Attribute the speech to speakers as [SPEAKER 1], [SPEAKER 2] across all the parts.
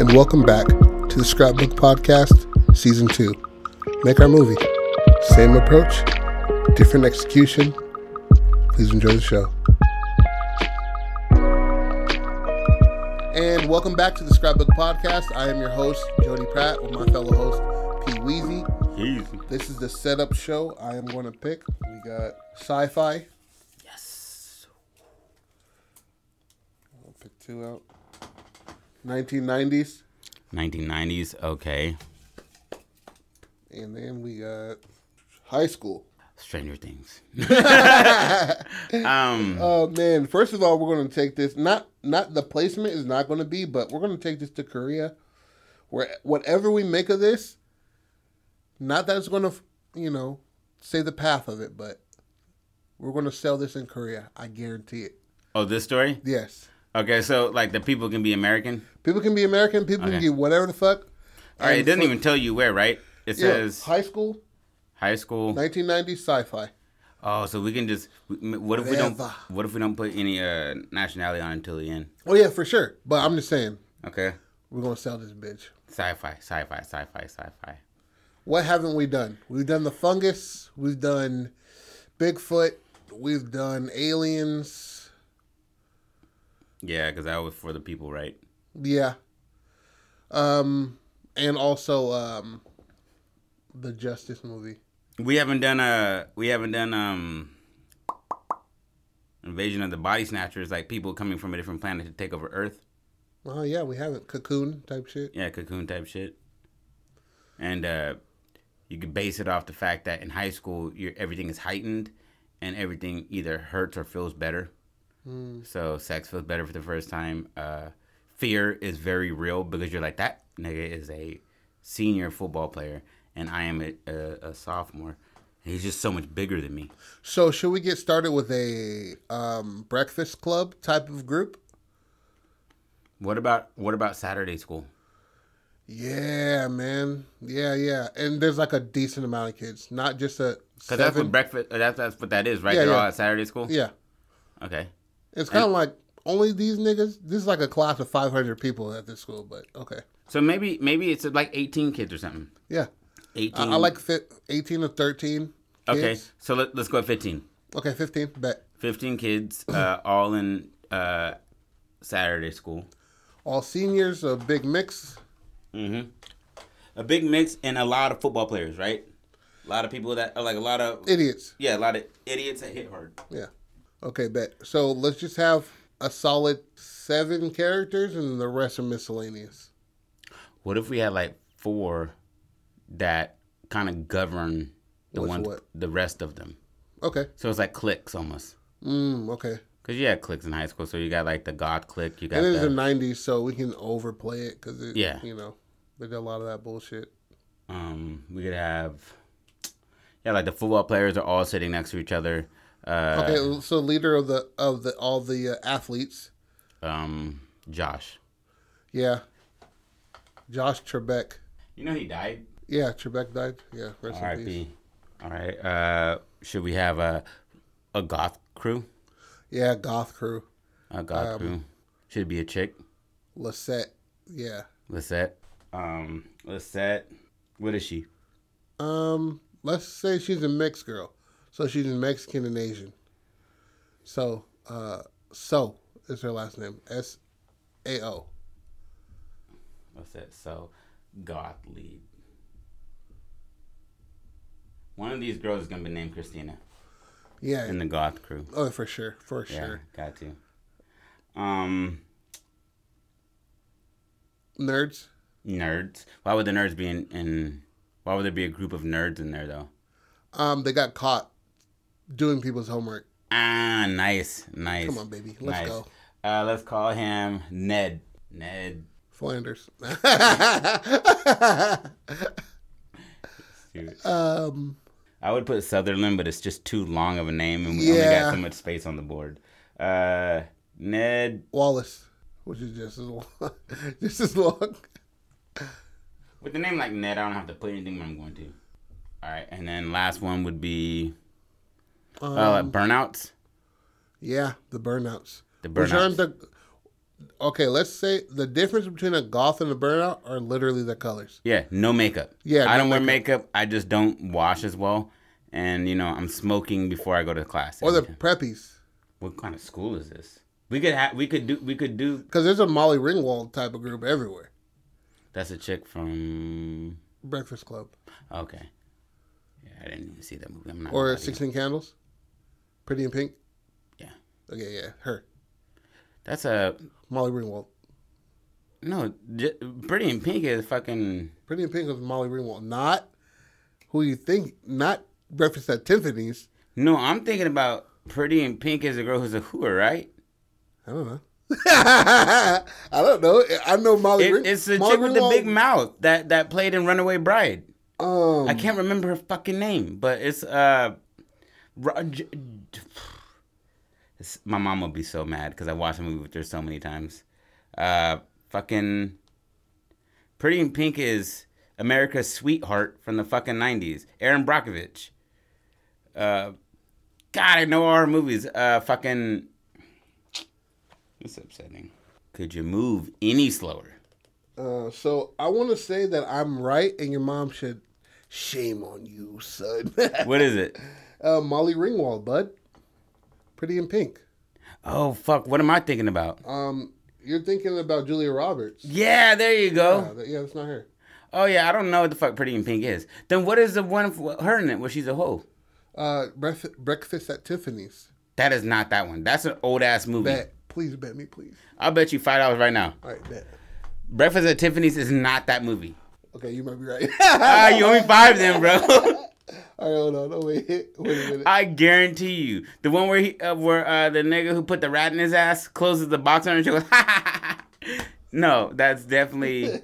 [SPEAKER 1] and welcome back to the Scrapbook Podcast, Season 2. Make our movie. Same approach, different execution. Please enjoy the show. And welcome back to the Scrapbook Podcast. I am your host, Jody Pratt, with my fellow host, Pete Weezy.
[SPEAKER 2] Easy.
[SPEAKER 1] This is the setup show I am going to pick. We got sci fi.
[SPEAKER 2] Yes.
[SPEAKER 1] I'll pick two out. 1990s.
[SPEAKER 2] 1990s. Okay.
[SPEAKER 1] And then we got high school.
[SPEAKER 2] Stranger Things. Um,
[SPEAKER 1] Oh man! First of all, we're going to take this. Not not the placement is not going to be, but we're going to take this to Korea, where whatever we make of this, not that it's going to you know say the path of it, but we're going to sell this in Korea. I guarantee it.
[SPEAKER 2] Oh, this story?
[SPEAKER 1] Yes,
[SPEAKER 2] Okay, so like the people can be American.
[SPEAKER 1] people can be American. People can
[SPEAKER 2] Okay.
[SPEAKER 1] be whatever the fuck.
[SPEAKER 2] All right, it
[SPEAKER 1] And
[SPEAKER 2] doesn't
[SPEAKER 1] for-
[SPEAKER 2] even tell you where, right? It
[SPEAKER 1] yeah,
[SPEAKER 2] says
[SPEAKER 1] high school,
[SPEAKER 2] high school.
[SPEAKER 1] 1990s sci-fi.
[SPEAKER 2] Oh, so we can just we- what if we don't
[SPEAKER 1] Whatever.
[SPEAKER 2] what if we don't put any uh nationality on until the end?
[SPEAKER 1] Oh yeah, for sure. But I'm just saying,
[SPEAKER 2] Okay.
[SPEAKER 1] we're going to sell this bitch.
[SPEAKER 2] Sci-fi, sci-fi, sci-fi, sci-fi.
[SPEAKER 1] what haven't we done? We've done the fungus. We've done Bigfoot. We've done aliens.
[SPEAKER 2] Yeah, cuz that was for the people, right?
[SPEAKER 1] Yeah. Um, and also um, the Justice movie.
[SPEAKER 2] We haven't done a we haven't done um invasion of the body snatchers like people coming from a different planet to take over Earth.
[SPEAKER 1] Oh yeah, we haven't cocoon type shit.
[SPEAKER 2] yeah, cocoon type shit. And uh, you can base it off the fact that in high school, you everything is heightened, and everything either hurts or feels better. So sex feels better for the first time. Uh, fear is very real because you're like that nigga is a senior football player, and I am a, a, a sophomore. And he's just so much bigger than me.
[SPEAKER 1] So should we get started with a um, Breakfast Club type of group?
[SPEAKER 2] What about what about Saturday school?
[SPEAKER 1] Yeah, man. Yeah, yeah. And there's like a decent amount of kids, not just a
[SPEAKER 2] Because that's what
[SPEAKER 1] seven.
[SPEAKER 2] breakfast. uh, That's that's what that is, right?
[SPEAKER 1] Yeah,
[SPEAKER 2] They're all
[SPEAKER 1] yeah.
[SPEAKER 2] at Saturday school.
[SPEAKER 1] yeah.
[SPEAKER 2] Okay.
[SPEAKER 1] It's kind of like only these niggas. This is like a class of 500 people at this school, but okay.
[SPEAKER 2] So maybe maybe it's like 18 kids or something.
[SPEAKER 1] Yeah.
[SPEAKER 2] 18.
[SPEAKER 1] I, I like fit 18 to 13.
[SPEAKER 2] Okay,
[SPEAKER 1] kids.
[SPEAKER 2] so let, let's go at 15.
[SPEAKER 1] Okay, 15. Bet.
[SPEAKER 2] 15 kids, uh, all in uh, Saturday school.
[SPEAKER 1] All seniors, a big mix.
[SPEAKER 2] A big mix and a lot of football players, right? A lot of people that are like a lot of
[SPEAKER 1] Idiots.
[SPEAKER 2] yeah, a lot of idiots that hit hard.
[SPEAKER 1] Yeah. Okay, bet. So let's just have a solid seven characters and the rest are miscellaneous.
[SPEAKER 2] What if we had like four that kind of govern the
[SPEAKER 1] What's
[SPEAKER 2] ones,
[SPEAKER 1] what?
[SPEAKER 2] the rest of them?
[SPEAKER 1] Okay.
[SPEAKER 2] So it's like cliques almost.
[SPEAKER 1] Mm, okay.
[SPEAKER 2] Cause you had cliques in high school, so you got like the God clique, you got
[SPEAKER 1] It is
[SPEAKER 2] the
[SPEAKER 1] the 90s, so we can overplay it because, it,
[SPEAKER 2] Yeah.
[SPEAKER 1] you know, they did a lot of that bullshit.
[SPEAKER 2] Um, we could have, yeah, like the football players are all sitting next to each other. Uh,
[SPEAKER 1] Okay, so leader of the of the all the uh, athletes,
[SPEAKER 2] um, Josh.
[SPEAKER 1] Yeah. Josh Trebek.
[SPEAKER 2] You know he died.
[SPEAKER 1] Yeah, Trebek died. Yeah, rest in peace.
[SPEAKER 2] R.I.P. All right. Uh, should we have a a goth crew?
[SPEAKER 1] Yeah, Goth Crew.
[SPEAKER 2] A goth
[SPEAKER 1] Um,
[SPEAKER 2] crew. Should it be a chick.
[SPEAKER 1] Lissette. Yeah.
[SPEAKER 2] Lisette. Um, Lisette. What is she?
[SPEAKER 1] Um, let's say she's a mixed girl. So she's Mexican and Asian. So, uh, So is her last name. S A O.
[SPEAKER 2] Lisette. So, goth lead. One of these girls is gonna be named Christina
[SPEAKER 1] Yeah.
[SPEAKER 2] in the goth crew.
[SPEAKER 1] oh, for sure. For
[SPEAKER 2] Yeah,
[SPEAKER 1] sure.
[SPEAKER 2] got to. Um,
[SPEAKER 1] Nerds.
[SPEAKER 2] nerds. Why would the nerds be in, in? Why would there be a group of nerds in there though?
[SPEAKER 1] Um, they got caught doing people's homework.
[SPEAKER 2] Ah, nice, nice.
[SPEAKER 1] Come on, baby. Let's
[SPEAKER 2] nice.
[SPEAKER 1] go.
[SPEAKER 2] Uh, let's call him Ned. Ned.
[SPEAKER 1] Flanders.
[SPEAKER 2] Dude.
[SPEAKER 1] um,
[SPEAKER 2] I would put Sutherland, but it's just too long of a name, and we only
[SPEAKER 1] Yeah.
[SPEAKER 2] got so much space on the board. Uh, Ned.
[SPEAKER 1] Wallace, which is just as long. just as long.
[SPEAKER 2] With a name like Ned, I don't have to put anything when I'm going to. All right, and then last one would be uh, burnouts.
[SPEAKER 1] Um, Yeah, the burnouts.
[SPEAKER 2] The
[SPEAKER 1] Which aren't
[SPEAKER 2] burnouts.
[SPEAKER 1] the okay, let's say the difference between a goth and a burnout are literally the colors.
[SPEAKER 2] Yeah, no makeup.
[SPEAKER 1] Yeah,
[SPEAKER 2] I
[SPEAKER 1] no
[SPEAKER 2] don't wear makeup. I just don't wash as well, and you know I'm smoking before I go to class.
[SPEAKER 1] Or the preppies.
[SPEAKER 2] what kind of school is this? We could have we could do we could do.
[SPEAKER 1] Because there's a Molly Ringwald type of group everywhere.
[SPEAKER 2] That's a chick from.
[SPEAKER 1] Breakfast Club.
[SPEAKER 2] Okay. Yeah, I didn't even see that movie. I'm not.
[SPEAKER 1] Or
[SPEAKER 2] lying.
[SPEAKER 1] 16 Candles. Pretty in Pink.
[SPEAKER 2] Yeah.
[SPEAKER 1] Okay, yeah, her.
[SPEAKER 2] That's a
[SPEAKER 1] Molly Ringwald.
[SPEAKER 2] no. J- Pretty in Pink is fucking.
[SPEAKER 1] Pretty in Pink was Molly Ringwald. Not who you think, not Breakfast at Tiffany's.
[SPEAKER 2] No, I'm thinking about Pretty in Pink is a girl who's a hooer, right?
[SPEAKER 1] I don't know. I don't know. I know Molly
[SPEAKER 2] It,
[SPEAKER 1] Ring-
[SPEAKER 2] it's the
[SPEAKER 1] Molly
[SPEAKER 2] chick with the big
[SPEAKER 1] Ringwald,
[SPEAKER 2] mouth that that played in Runaway Bride.
[SPEAKER 1] Um,
[SPEAKER 2] I can't remember her fucking name, but it's uh, Ro- J- it's, my mom will be so mad because I watched the movie with her so many times. Uh, fucking Pretty in Pink is America's sweetheart from the fucking nineties. Aaron Brockovich. Uh, God, I know all her movies. Uh, fucking, it's upsetting. Could you move any slower?
[SPEAKER 1] Uh, so I want to say that I'm right, and your mom should. Shame on you, son.
[SPEAKER 2] What is it?
[SPEAKER 1] uh, Molly Ringwald, bud. Pretty in Pink.
[SPEAKER 2] Oh fuck! What am I thinking about?
[SPEAKER 1] Um, you're thinking about Julia Roberts.
[SPEAKER 2] Yeah, there you go.
[SPEAKER 1] Yeah, that- yeah, that's not her.
[SPEAKER 2] Oh yeah, I don't know what the fuck Pretty in Pink is. Then what is the one f- her in it where she's a hoe?
[SPEAKER 1] Uh, Bref- Breakfast at Tiffany's.
[SPEAKER 2] That is not that one. That's an old ass movie.
[SPEAKER 1] Bet, please bet me, please.
[SPEAKER 2] I'll bet you five dollars right now.
[SPEAKER 1] All right, bet.
[SPEAKER 2] Breakfast at Tiffany's is not that movie.
[SPEAKER 1] Okay, you might be right.
[SPEAKER 2] Ah, you owe me five then, bro.
[SPEAKER 1] All right, hold on. No, wait, wait a minute.
[SPEAKER 2] I guarantee you, the one where he, uh, where uh, the nigga who put the rat in his ass closes the box on her and she goes, no, that's definitely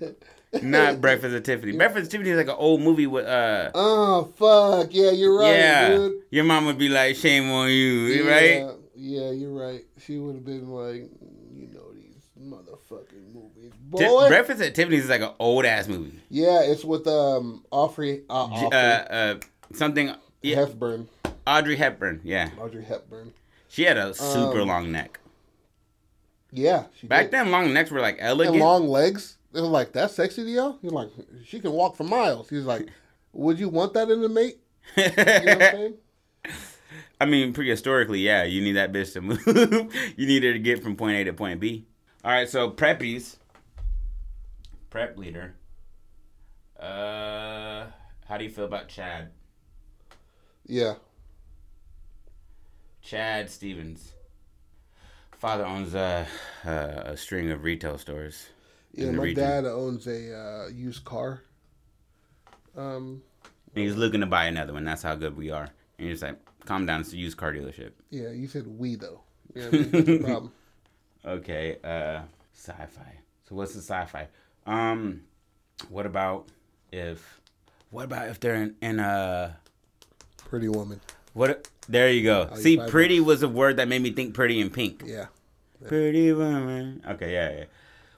[SPEAKER 2] not Breakfast at Tiffany. Breakfast at Tiffany is like an old movie with uh.
[SPEAKER 1] Oh fuck! Yeah, you're right,
[SPEAKER 2] yeah,
[SPEAKER 1] dude.
[SPEAKER 2] your mom would be like, "Shame on you, right?"
[SPEAKER 1] Yeah, yeah, you're right. She would have been like, you know, these motherfucking movies,
[SPEAKER 2] Ti-
[SPEAKER 1] boy.
[SPEAKER 2] Breakfast at Tiffany's is like an old ass movie.
[SPEAKER 1] yeah, it's with um, Offrey, uh,
[SPEAKER 2] J-
[SPEAKER 1] Offrey
[SPEAKER 2] Uh, uh, something. Yeah,
[SPEAKER 1] Hepburn,
[SPEAKER 2] Audrey Hepburn. Yeah,
[SPEAKER 1] Audrey Hepburn.
[SPEAKER 2] she had
[SPEAKER 1] Um,
[SPEAKER 2] a super long neck.
[SPEAKER 1] Yeah, she
[SPEAKER 2] Back
[SPEAKER 1] did.
[SPEAKER 2] then, long necks were like
[SPEAKER 1] And
[SPEAKER 2] elegant.
[SPEAKER 1] long legs. They were like, that's sexy to y'all. You're like, she can walk for miles. He's like, would you want that in a mate? You know what I'm saying?
[SPEAKER 2] I mean, prehistorically, yeah, you need that bitch to move. you need her to get from point A to point B. All right, so preppies, prep leader. Uh, how do you feel about Chad?
[SPEAKER 1] Yeah.
[SPEAKER 2] Chad Stevens. Father owns a, uh, a string of retail stores.
[SPEAKER 1] Yeah,
[SPEAKER 2] In the
[SPEAKER 1] my
[SPEAKER 2] region.
[SPEAKER 1] dad owns a uh, used car. Um,
[SPEAKER 2] And he's looking to buy another one. That's how good we are. And he's like, calm down. It's a used car dealership.
[SPEAKER 1] yeah, you said we though. Yeah, I mean, that's the problem.
[SPEAKER 2] Okay. Uh, sci-fi. So what's the sci-fi? Um, what about if? What about if they're in, in a?
[SPEAKER 1] Pretty woman.
[SPEAKER 2] What? There you go.
[SPEAKER 1] Oh, you
[SPEAKER 2] See,
[SPEAKER 1] five
[SPEAKER 2] pretty was a word that made me think pretty and pink.
[SPEAKER 1] Yeah.
[SPEAKER 2] Pretty woman. Okay, yeah, yeah.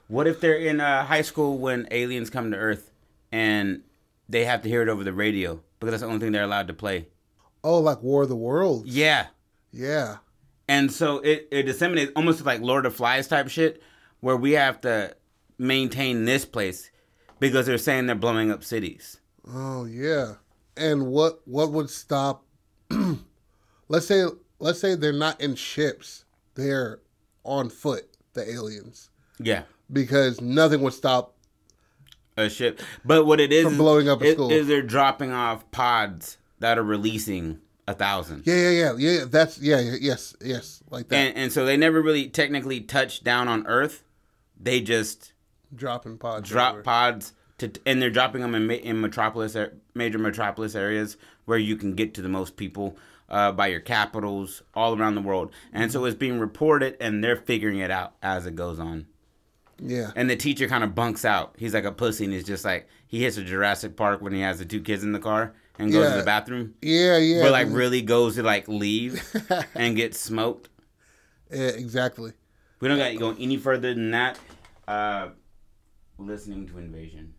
[SPEAKER 2] What if they're in uh, high school when aliens come to Earth and they have to hear it over the radio because that's the only thing they're allowed to play?
[SPEAKER 1] Oh, like War of the Worlds.
[SPEAKER 2] Yeah.
[SPEAKER 1] Yeah.
[SPEAKER 2] And so it, it disseminates almost like Lord of the Flies type shit where we have to maintain this place because they're saying they're blowing up cities.
[SPEAKER 1] Oh yeah. And what what would stop? let's say let's say they're not in ships. They're on foot. The aliens
[SPEAKER 2] Yeah.
[SPEAKER 1] because nothing would stop.
[SPEAKER 2] A ship. But what it is
[SPEAKER 1] From
[SPEAKER 2] is-
[SPEAKER 1] blowing up a
[SPEAKER 2] is-
[SPEAKER 1] school.
[SPEAKER 2] is they're dropping off pods that are releasing a thousand.
[SPEAKER 1] Yeah, yeah, yeah, yeah. That's yeah, yeah, yes, yes, like that.
[SPEAKER 2] and and so they never really technically touch down on Earth. They just
[SPEAKER 1] Dropping pods.
[SPEAKER 2] drop
[SPEAKER 1] everywhere.
[SPEAKER 2] pods to, and they're dropping them in, ma- in metropolis, ar- major metropolis areas where you can get to the most people uh, by your capitals all around the world. And so it's being reported, and they're figuring it out as it goes on.
[SPEAKER 1] Yeah.
[SPEAKER 2] And the teacher kind of bunks out. He's like a pussy, and he's just like he hits a Jurassic Park when he has the two kids in the car and goes to
[SPEAKER 1] Yeah.
[SPEAKER 2] the bathroom,
[SPEAKER 1] Yeah, yeah.
[SPEAKER 2] but like really goes to like leave and get smoked.
[SPEAKER 1] yeah, exactly.
[SPEAKER 2] We don't got to go any further than that. Uh, listening to Invasion.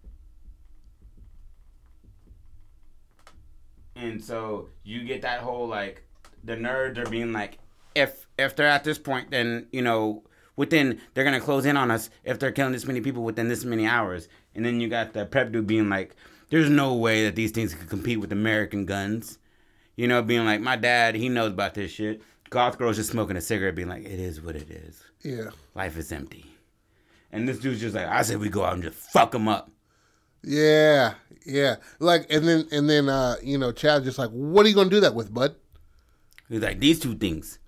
[SPEAKER 2] And so you get that whole like the nerds are being like, if if they're at this point, then you know within they're gonna close in on us if they're killing this many people within this many hours. And then you got the prep dude being like, "There's no way that these things could compete with American guns," you know, being like, "My dad, he knows about this shit." Goth girl's just smoking a cigarette, being like, "It is what it is.
[SPEAKER 1] Yeah.
[SPEAKER 2] Life is empty." And this dude's just like, "I said we go out and just fuck them up."
[SPEAKER 1] Yeah. Yeah. Like and then and then uh, you know, Chad's just like, What are you gonna do that with, bud?
[SPEAKER 2] He's like, "These two things."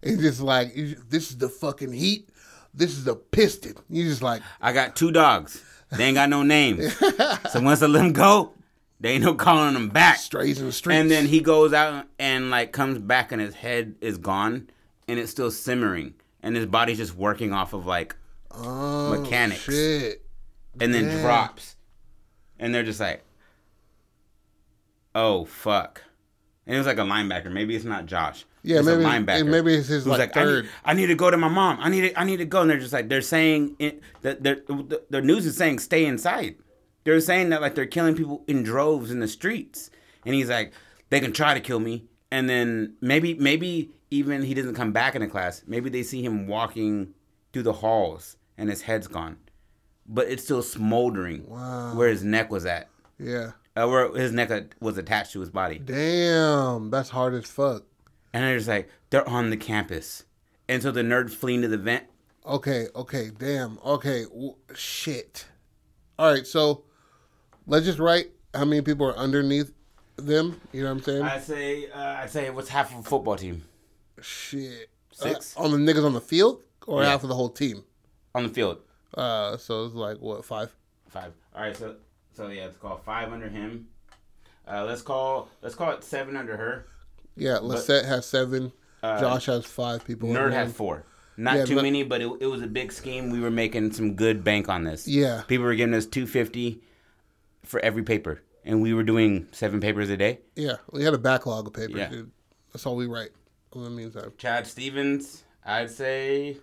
[SPEAKER 1] It's just like you- this is the fucking heat. This is the piston. You just like
[SPEAKER 2] I got two dogs. They ain't got no names. so once I let them go, they ain't no calling them back.
[SPEAKER 1] strays in the streets.
[SPEAKER 2] And then he goes out and like comes back and his head is gone and it's still simmering and his body's just working off of like
[SPEAKER 1] oh,
[SPEAKER 2] mechanics.
[SPEAKER 1] Shit.
[SPEAKER 2] and then
[SPEAKER 1] Yeah.
[SPEAKER 2] drops. And they're just like Oh fuck. And it was like a linebacker. Maybe it's not Josh.
[SPEAKER 1] Yeah,
[SPEAKER 2] it's
[SPEAKER 1] maybe-
[SPEAKER 2] a linebacker.
[SPEAKER 1] and maybe it's his,
[SPEAKER 2] who's
[SPEAKER 1] like,
[SPEAKER 2] I need-
[SPEAKER 1] third.
[SPEAKER 2] I need, to go to my mom. I need to, I need to go. And they're just like they're saying it, that they're, the the news is saying stay inside. They're saying that like they're killing people in droves in the streets. And he's like they can try to kill me. And then maybe maybe even he doesn't come back in the class. Maybe they see him walking through the halls and his head's gone, but it's still smoldering
[SPEAKER 1] Wow.
[SPEAKER 2] where his neck was at,
[SPEAKER 1] Yeah.
[SPEAKER 2] uh, where his neck uh, was attached to his body.
[SPEAKER 1] Damn, that's hard as fuck.
[SPEAKER 2] And they're just like, they're on the campus. And so the nerd fleeing to the vent.
[SPEAKER 1] Okay, okay, damn. Okay, w- shit. All right, so let's just write how many people are underneath them. You know what I'm saying?
[SPEAKER 2] I say, uh, I say, what's half of a football team
[SPEAKER 1] shit.
[SPEAKER 2] Six?
[SPEAKER 1] Uh, on the niggas on the field or
[SPEAKER 2] Yeah.
[SPEAKER 1] half of the whole team?
[SPEAKER 2] on the field?
[SPEAKER 1] Uh, so it's like, what, five?
[SPEAKER 2] Five. All right, so so yeah, let's call five under him. Uh, let's call let's call it seven under her.
[SPEAKER 1] Yeah, Lissette has seven. Josh has five people. in
[SPEAKER 2] Uh, Nerd
[SPEAKER 1] there.
[SPEAKER 2] had four. Not
[SPEAKER 1] Yeah,
[SPEAKER 2] too
[SPEAKER 1] but-
[SPEAKER 2] many, but it, it was a big scheme. We were making some good bank on this.
[SPEAKER 1] Yeah.
[SPEAKER 2] people were giving us two fifty for every paper, and we were doing seven papers a day.
[SPEAKER 1] Yeah, we had a backlog of papers,
[SPEAKER 2] Yeah.
[SPEAKER 1] dude. That's all we write in the meantime.
[SPEAKER 2] Chad Stevens, I'd say,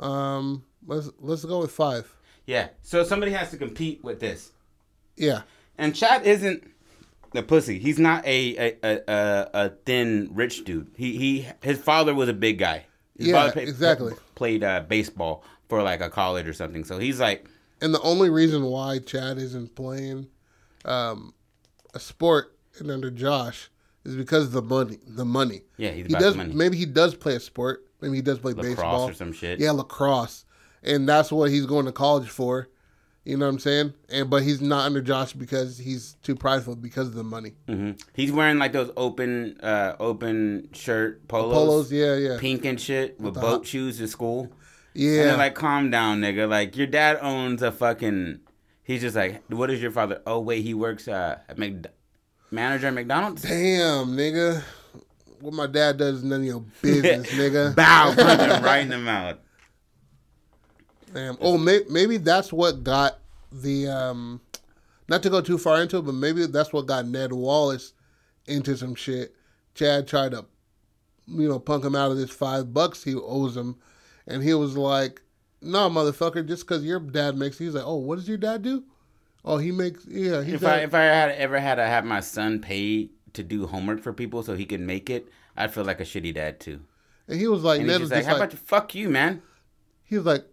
[SPEAKER 1] Um, let's let's go with five.
[SPEAKER 2] yeah. So somebody has to compete with this,
[SPEAKER 1] Yeah,
[SPEAKER 2] and Chad isn't the pussy. He's not a a, a, a, a thin rich dude. He he his father was a big guy. His
[SPEAKER 1] Yeah,
[SPEAKER 2] father played-
[SPEAKER 1] exactly.
[SPEAKER 2] Played uh, baseball for like a college or something. So he's like,
[SPEAKER 1] and the only reason why Chad isn't playing um, a sport and under Josh is because of the money. The money.
[SPEAKER 2] Yeah, he's
[SPEAKER 1] he
[SPEAKER 2] about the
[SPEAKER 1] does.
[SPEAKER 2] money.
[SPEAKER 1] Maybe he does play a sport. Maybe he does play baseball
[SPEAKER 2] or some shit.
[SPEAKER 1] Yeah, lacrosse, and that's what he's going to college for. You know what I'm saying? And but he's not under Josh because he's too prideful because of the money.
[SPEAKER 2] hmm he's wearing like those open uh open shirt polos,
[SPEAKER 1] Polos, yeah, yeah,
[SPEAKER 2] pink and shit with
[SPEAKER 1] the
[SPEAKER 2] boat
[SPEAKER 1] hot-
[SPEAKER 2] shoes to school.
[SPEAKER 1] yeah.
[SPEAKER 2] And they're like, calm down, nigga. Like, your dad owns a fucking. He's just like, what is your father? Oh, wait, he works uh, at Mc... manager at McDonald's?
[SPEAKER 1] Damn, nigga. What my dad does is none of your business, nigga.
[SPEAKER 2] Bow, punch him right in the mouth.
[SPEAKER 1] Damn. Oh, may- maybe that's what got the um, not to go too far into it, but maybe that's what got Ned Wallace into some shit. Chad tried to, you know, punk him out of this five bucks he owes him, and he was like, "No, motherfucker, just because your dad makes." He's like, "Oh, what does your dad do?" Oh, he makes. Yeah, he
[SPEAKER 2] If I,
[SPEAKER 1] does.
[SPEAKER 2] if I had ever had to have my son pay to do homework for people so he could make it, I'd feel like a shitty dad too.
[SPEAKER 1] and he was like,
[SPEAKER 2] And
[SPEAKER 1] Ned was
[SPEAKER 2] he's just like,
[SPEAKER 1] just
[SPEAKER 2] how
[SPEAKER 1] like,
[SPEAKER 2] about you? Fuck you, man.
[SPEAKER 1] he was like,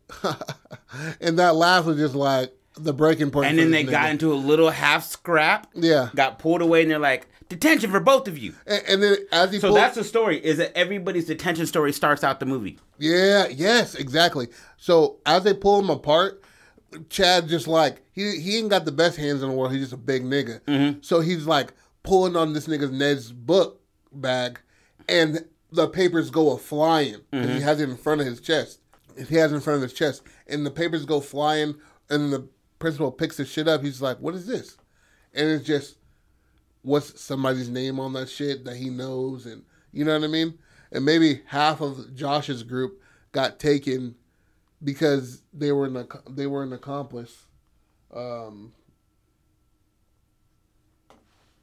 [SPEAKER 1] and that laugh was just like the breaking point.
[SPEAKER 2] And
[SPEAKER 1] for
[SPEAKER 2] then
[SPEAKER 1] this
[SPEAKER 2] they got
[SPEAKER 1] nigga.
[SPEAKER 2] into a little half scrap,
[SPEAKER 1] Yeah,
[SPEAKER 2] got pulled away, and they're like, detention for both of you.
[SPEAKER 1] and, and then as he
[SPEAKER 2] So
[SPEAKER 1] pulled,
[SPEAKER 2] that's the story, is that everybody's detention story starts out the movie.
[SPEAKER 1] yeah, yes, exactly. So as they pull him apart, Chad just like he he ain't got the best hands in the world. He's just a big nigga.
[SPEAKER 2] Mm-hmm.
[SPEAKER 1] So he's like pulling on this nigga's Ned's book bag, and the papers go a flying. 'cause
[SPEAKER 2] Mm-hmm.
[SPEAKER 1] He has it in front of his chest. He has it in front of his chest, and the papers go flying. And the principal picks his shit up. He's like, "What is this?" And it's just what's somebody's name on that shit that he knows and you know what I mean? And maybe half of Josh's group got taken because they were an ac- they were an accomplice. Um,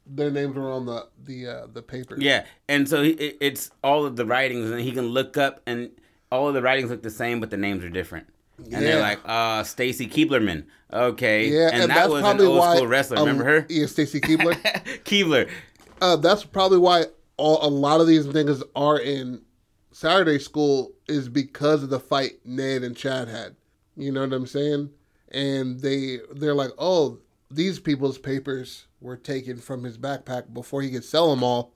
[SPEAKER 1] their names were on the the uh, the paper.
[SPEAKER 2] Yeah, and so he, it, it's all of the writings, and he can look up, and all of the writings look the same, but the names are different. And
[SPEAKER 1] Yeah.
[SPEAKER 2] they're like, uh, Stacy Keeblerman. Okay.
[SPEAKER 1] Yeah,
[SPEAKER 2] and, that was an old school wrestler.
[SPEAKER 1] um,
[SPEAKER 2] Remember her?
[SPEAKER 1] Yeah, Stacy Keebler.
[SPEAKER 2] Keebler.
[SPEAKER 1] uh, that's probably why all, a lot of these niggas are in Saturday School is because of the fight Ned and Chad had. You know what I'm saying? And they they're like, oh, these people's papers were taken from his backpack before he could sell them all.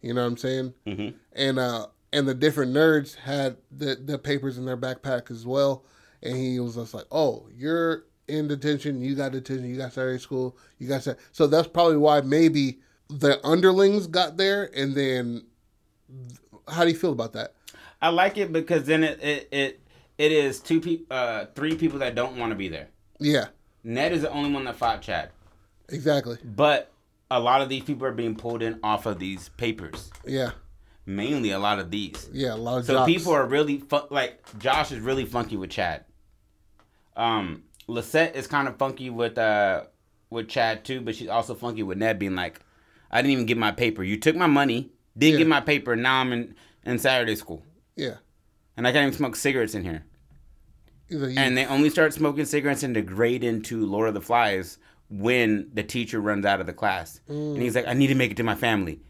[SPEAKER 1] You know what I'm saying?
[SPEAKER 2] Mhm.
[SPEAKER 1] And uh, and the different nerds had the the papers in their backpack as well. And he was just like, oh, you're in detention. You got detention. You got Saturday school. You got Sat-" so that's probably why maybe the underlings got there. And then, how do you feel about that?
[SPEAKER 2] I like it because then it it it, it is two people, uh, three people that don't want to be there.
[SPEAKER 1] Yeah,
[SPEAKER 2] Ned is the only one that fought Chad,
[SPEAKER 1] exactly.
[SPEAKER 2] but a lot of these people are being pulled in off of these papers,
[SPEAKER 1] Yeah,
[SPEAKER 2] mainly a lot of these.
[SPEAKER 1] yeah. A lot of
[SPEAKER 2] So
[SPEAKER 1] jocks.
[SPEAKER 2] people are really fu- like Josh is really funky with Chad. Um, Lisette is kind of funky with uh with Chad too, but she's also funky with Ned being like, I didn't even get my paper. You took my money, didn't
[SPEAKER 1] Yeah.
[SPEAKER 2] get my paper. Now I'm in in Saturday school,
[SPEAKER 1] Yeah.
[SPEAKER 2] and I can't even smoke cigarettes in here.
[SPEAKER 1] He's like, you-
[SPEAKER 2] And they only start smoking cigarettes and degrade into Lord of the Flies when the teacher runs out of the class. And he's like, I need to make it to my family.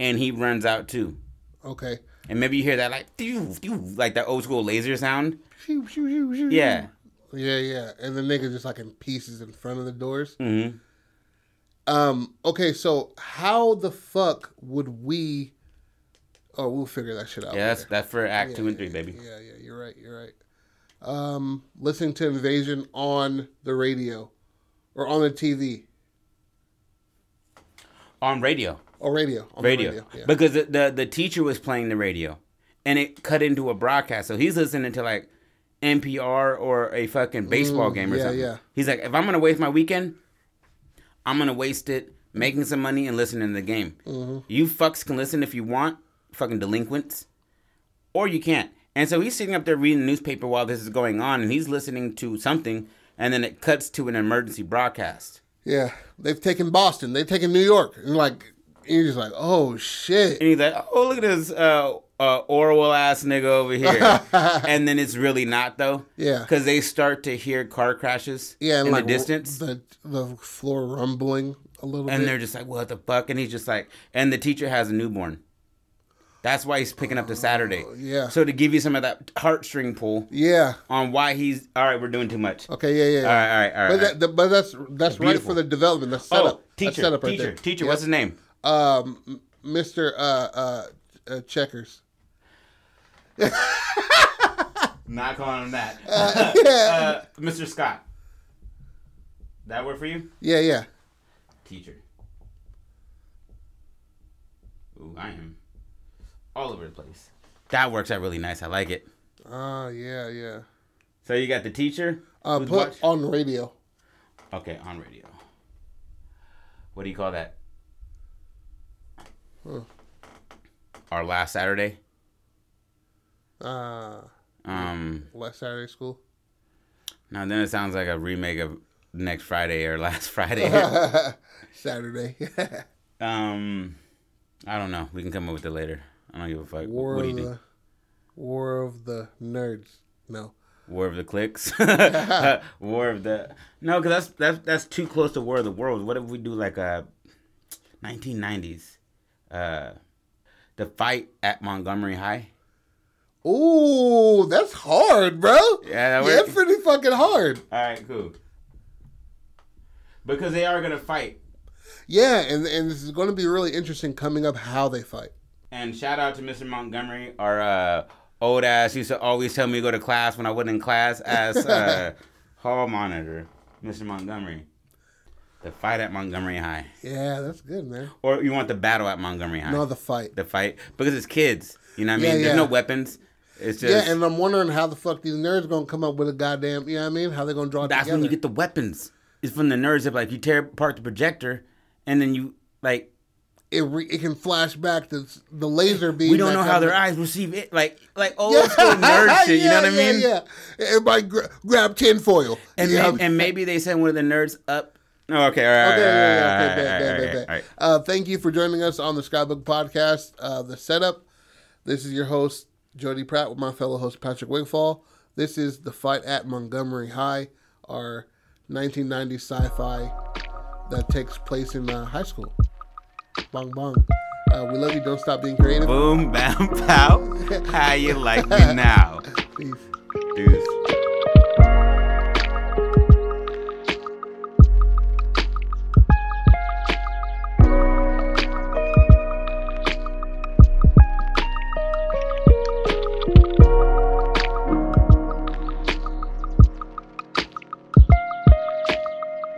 [SPEAKER 2] And he runs out too.
[SPEAKER 1] okay.
[SPEAKER 2] And maybe you hear that like, "Phew, phew," like that old school laser sound.
[SPEAKER 1] Shoo, shoo, shoo, shoo,
[SPEAKER 2] Yeah.
[SPEAKER 1] shoo. Yeah, yeah. And the nigga just like in pieces in front of the doors.
[SPEAKER 2] Mm-hmm.
[SPEAKER 1] Um, okay, so how the fuck would we Oh, we'll figure that shit out.
[SPEAKER 2] Yeah, that's
[SPEAKER 1] later.
[SPEAKER 2] that's for Act
[SPEAKER 1] Yeah,
[SPEAKER 2] Two and Three,
[SPEAKER 1] yeah,
[SPEAKER 2] baby.
[SPEAKER 1] Yeah, yeah, you're right, you're right. Um, listening to Invasion on the radio or on the TV.
[SPEAKER 2] On radio,
[SPEAKER 1] Or Oh, radio. On the
[SPEAKER 2] radio,
[SPEAKER 1] Yeah.
[SPEAKER 2] because the, the the teacher was playing the radio, and it cut into a broadcast. So he's listening to like NPR or a fucking baseball game or
[SPEAKER 1] Mm, yeah,
[SPEAKER 2] something.
[SPEAKER 1] yeah.
[SPEAKER 2] He's like, if I'm gonna waste my weekend, I'm gonna waste it making some money and listening to the game.
[SPEAKER 1] Mm-hmm.
[SPEAKER 2] You fucks can listen if you want, fucking delinquents, or you can't. And so he's sitting up there reading the newspaper while this is going on, and he's listening to something, and then it cuts to an emergency broadcast.
[SPEAKER 1] yeah. They've taken Boston, they've taken New York. And like you're just like, oh shit.
[SPEAKER 2] And he's like, "Oh, look at this uh, uh, Orwell ass nigga over here." and then it's really not though.
[SPEAKER 1] Yeah.
[SPEAKER 2] Because they start to hear car crashes.
[SPEAKER 1] Yeah, and
[SPEAKER 2] in
[SPEAKER 1] like
[SPEAKER 2] the distance,
[SPEAKER 1] The the floor rumbling a little
[SPEAKER 2] and
[SPEAKER 1] bit.
[SPEAKER 2] they're just like, "What the fuck?" And he's just like, and the teacher has a newborn. That's why he's picking up the Saturday.
[SPEAKER 1] Oh, yeah.
[SPEAKER 2] So to give you some of that heartstring pull
[SPEAKER 1] Yeah.
[SPEAKER 2] on why he's all right, we're doing too much. All
[SPEAKER 1] Okay. Yeah. Yeah. yeah.
[SPEAKER 2] right, all right, all right.
[SPEAKER 1] But
[SPEAKER 2] all right.
[SPEAKER 1] Oh. that, the, but that's that's right
[SPEAKER 2] beautiful.
[SPEAKER 1] for the development. That's
[SPEAKER 2] oh,
[SPEAKER 1] setup. that's
[SPEAKER 2] teacher,
[SPEAKER 1] setup right
[SPEAKER 2] teacher,
[SPEAKER 1] there.
[SPEAKER 2] teacher. What's his name?
[SPEAKER 1] Um, m- Mr. Uh, uh, uh, Checkers.
[SPEAKER 2] Not calling him that.
[SPEAKER 1] yeah.
[SPEAKER 2] uh, Mr. Scott. That work for you?
[SPEAKER 1] Yeah. Yeah.
[SPEAKER 2] teacher. Ooh, I am all over the place. That works out really nice. I like it.
[SPEAKER 1] Ah. yeah. Yeah.
[SPEAKER 2] So you got the teacher.
[SPEAKER 1] Uh,
[SPEAKER 2] who's
[SPEAKER 1] put
[SPEAKER 2] watch-
[SPEAKER 1] on radio.
[SPEAKER 2] okay, on radio. What do you call that?
[SPEAKER 1] Huh.
[SPEAKER 2] Our last Saturday.
[SPEAKER 1] Uh,
[SPEAKER 2] Um,
[SPEAKER 1] last Saturday school.
[SPEAKER 2] now then it sounds like a remake of next Friday or last Friday.
[SPEAKER 1] Saturday.
[SPEAKER 2] um, I don't know. We can come up with it later. I don't give a fuck.
[SPEAKER 1] War
[SPEAKER 2] what do
[SPEAKER 1] of
[SPEAKER 2] you think?
[SPEAKER 1] the War of the Nerds. No.
[SPEAKER 2] War of the Clicks, War of the no, because that's that's that's too close to War of the Worlds. What if we do like a 1990s, uh, the fight at Montgomery High?
[SPEAKER 1] Ooh, that's hard, bro.
[SPEAKER 2] Yeah, that
[SPEAKER 1] yeah,
[SPEAKER 2] works.
[SPEAKER 1] pretty fucking hard.
[SPEAKER 2] All right, cool. Because they are gonna fight.
[SPEAKER 1] Yeah, and and this is going to be really interesting coming up how they fight.
[SPEAKER 2] And shout out to Mr. Montgomery, our uh, old ass used to always tell me to go to class when I wasn't in class as uh, hall monitor, Mr. Montgomery. The fight at Montgomery High,
[SPEAKER 1] Yeah, that's good, man.
[SPEAKER 2] or you want the battle at Montgomery High?
[SPEAKER 1] No, the fight.
[SPEAKER 2] the fight because it's kids. You know what I mean?
[SPEAKER 1] Yeah, yeah.
[SPEAKER 2] There's no weapons. It's just
[SPEAKER 1] yeah, and I'm wondering how the fuck these nerds gonna come up with a goddamn. You know what I mean? How they gonna draw it
[SPEAKER 2] that's
[SPEAKER 1] together?
[SPEAKER 2] when you get the weapons. It's from the nerds that like you tear apart the projector, and then you like
[SPEAKER 1] it, re- it can flash back to s- the laser beam.
[SPEAKER 2] we don't
[SPEAKER 1] that
[SPEAKER 2] know how
[SPEAKER 1] comes-
[SPEAKER 2] their eyes receive it. Like like old school nerd shit. You know what I
[SPEAKER 1] Yeah,
[SPEAKER 2] mean?
[SPEAKER 1] Yeah, yeah. Everybody gra- grab tinfoil.
[SPEAKER 2] And
[SPEAKER 1] yeah.
[SPEAKER 2] may- and maybe they send one of the nerds up. Oh, okay, all right,
[SPEAKER 1] Okay, yeah, yeah,
[SPEAKER 2] all
[SPEAKER 1] okay,
[SPEAKER 2] right, all
[SPEAKER 1] bet,
[SPEAKER 2] right,
[SPEAKER 1] bet,
[SPEAKER 2] all right,
[SPEAKER 1] bet, bet.
[SPEAKER 2] all right.
[SPEAKER 1] Uh, thank you for joining us on the Skybook Podcast, uh, The Setup. This is your host, Jody Pratt, with my fellow host, Patrick Wigfall. This is The Fight at Montgomery High, our 1990 sci fi that takes place in uh, high school. Bong, bong. Uh, we love you. Don't stop being creative.
[SPEAKER 2] Boom, bam, pow. How you like me now?
[SPEAKER 1] Peace.
[SPEAKER 2] Deuce.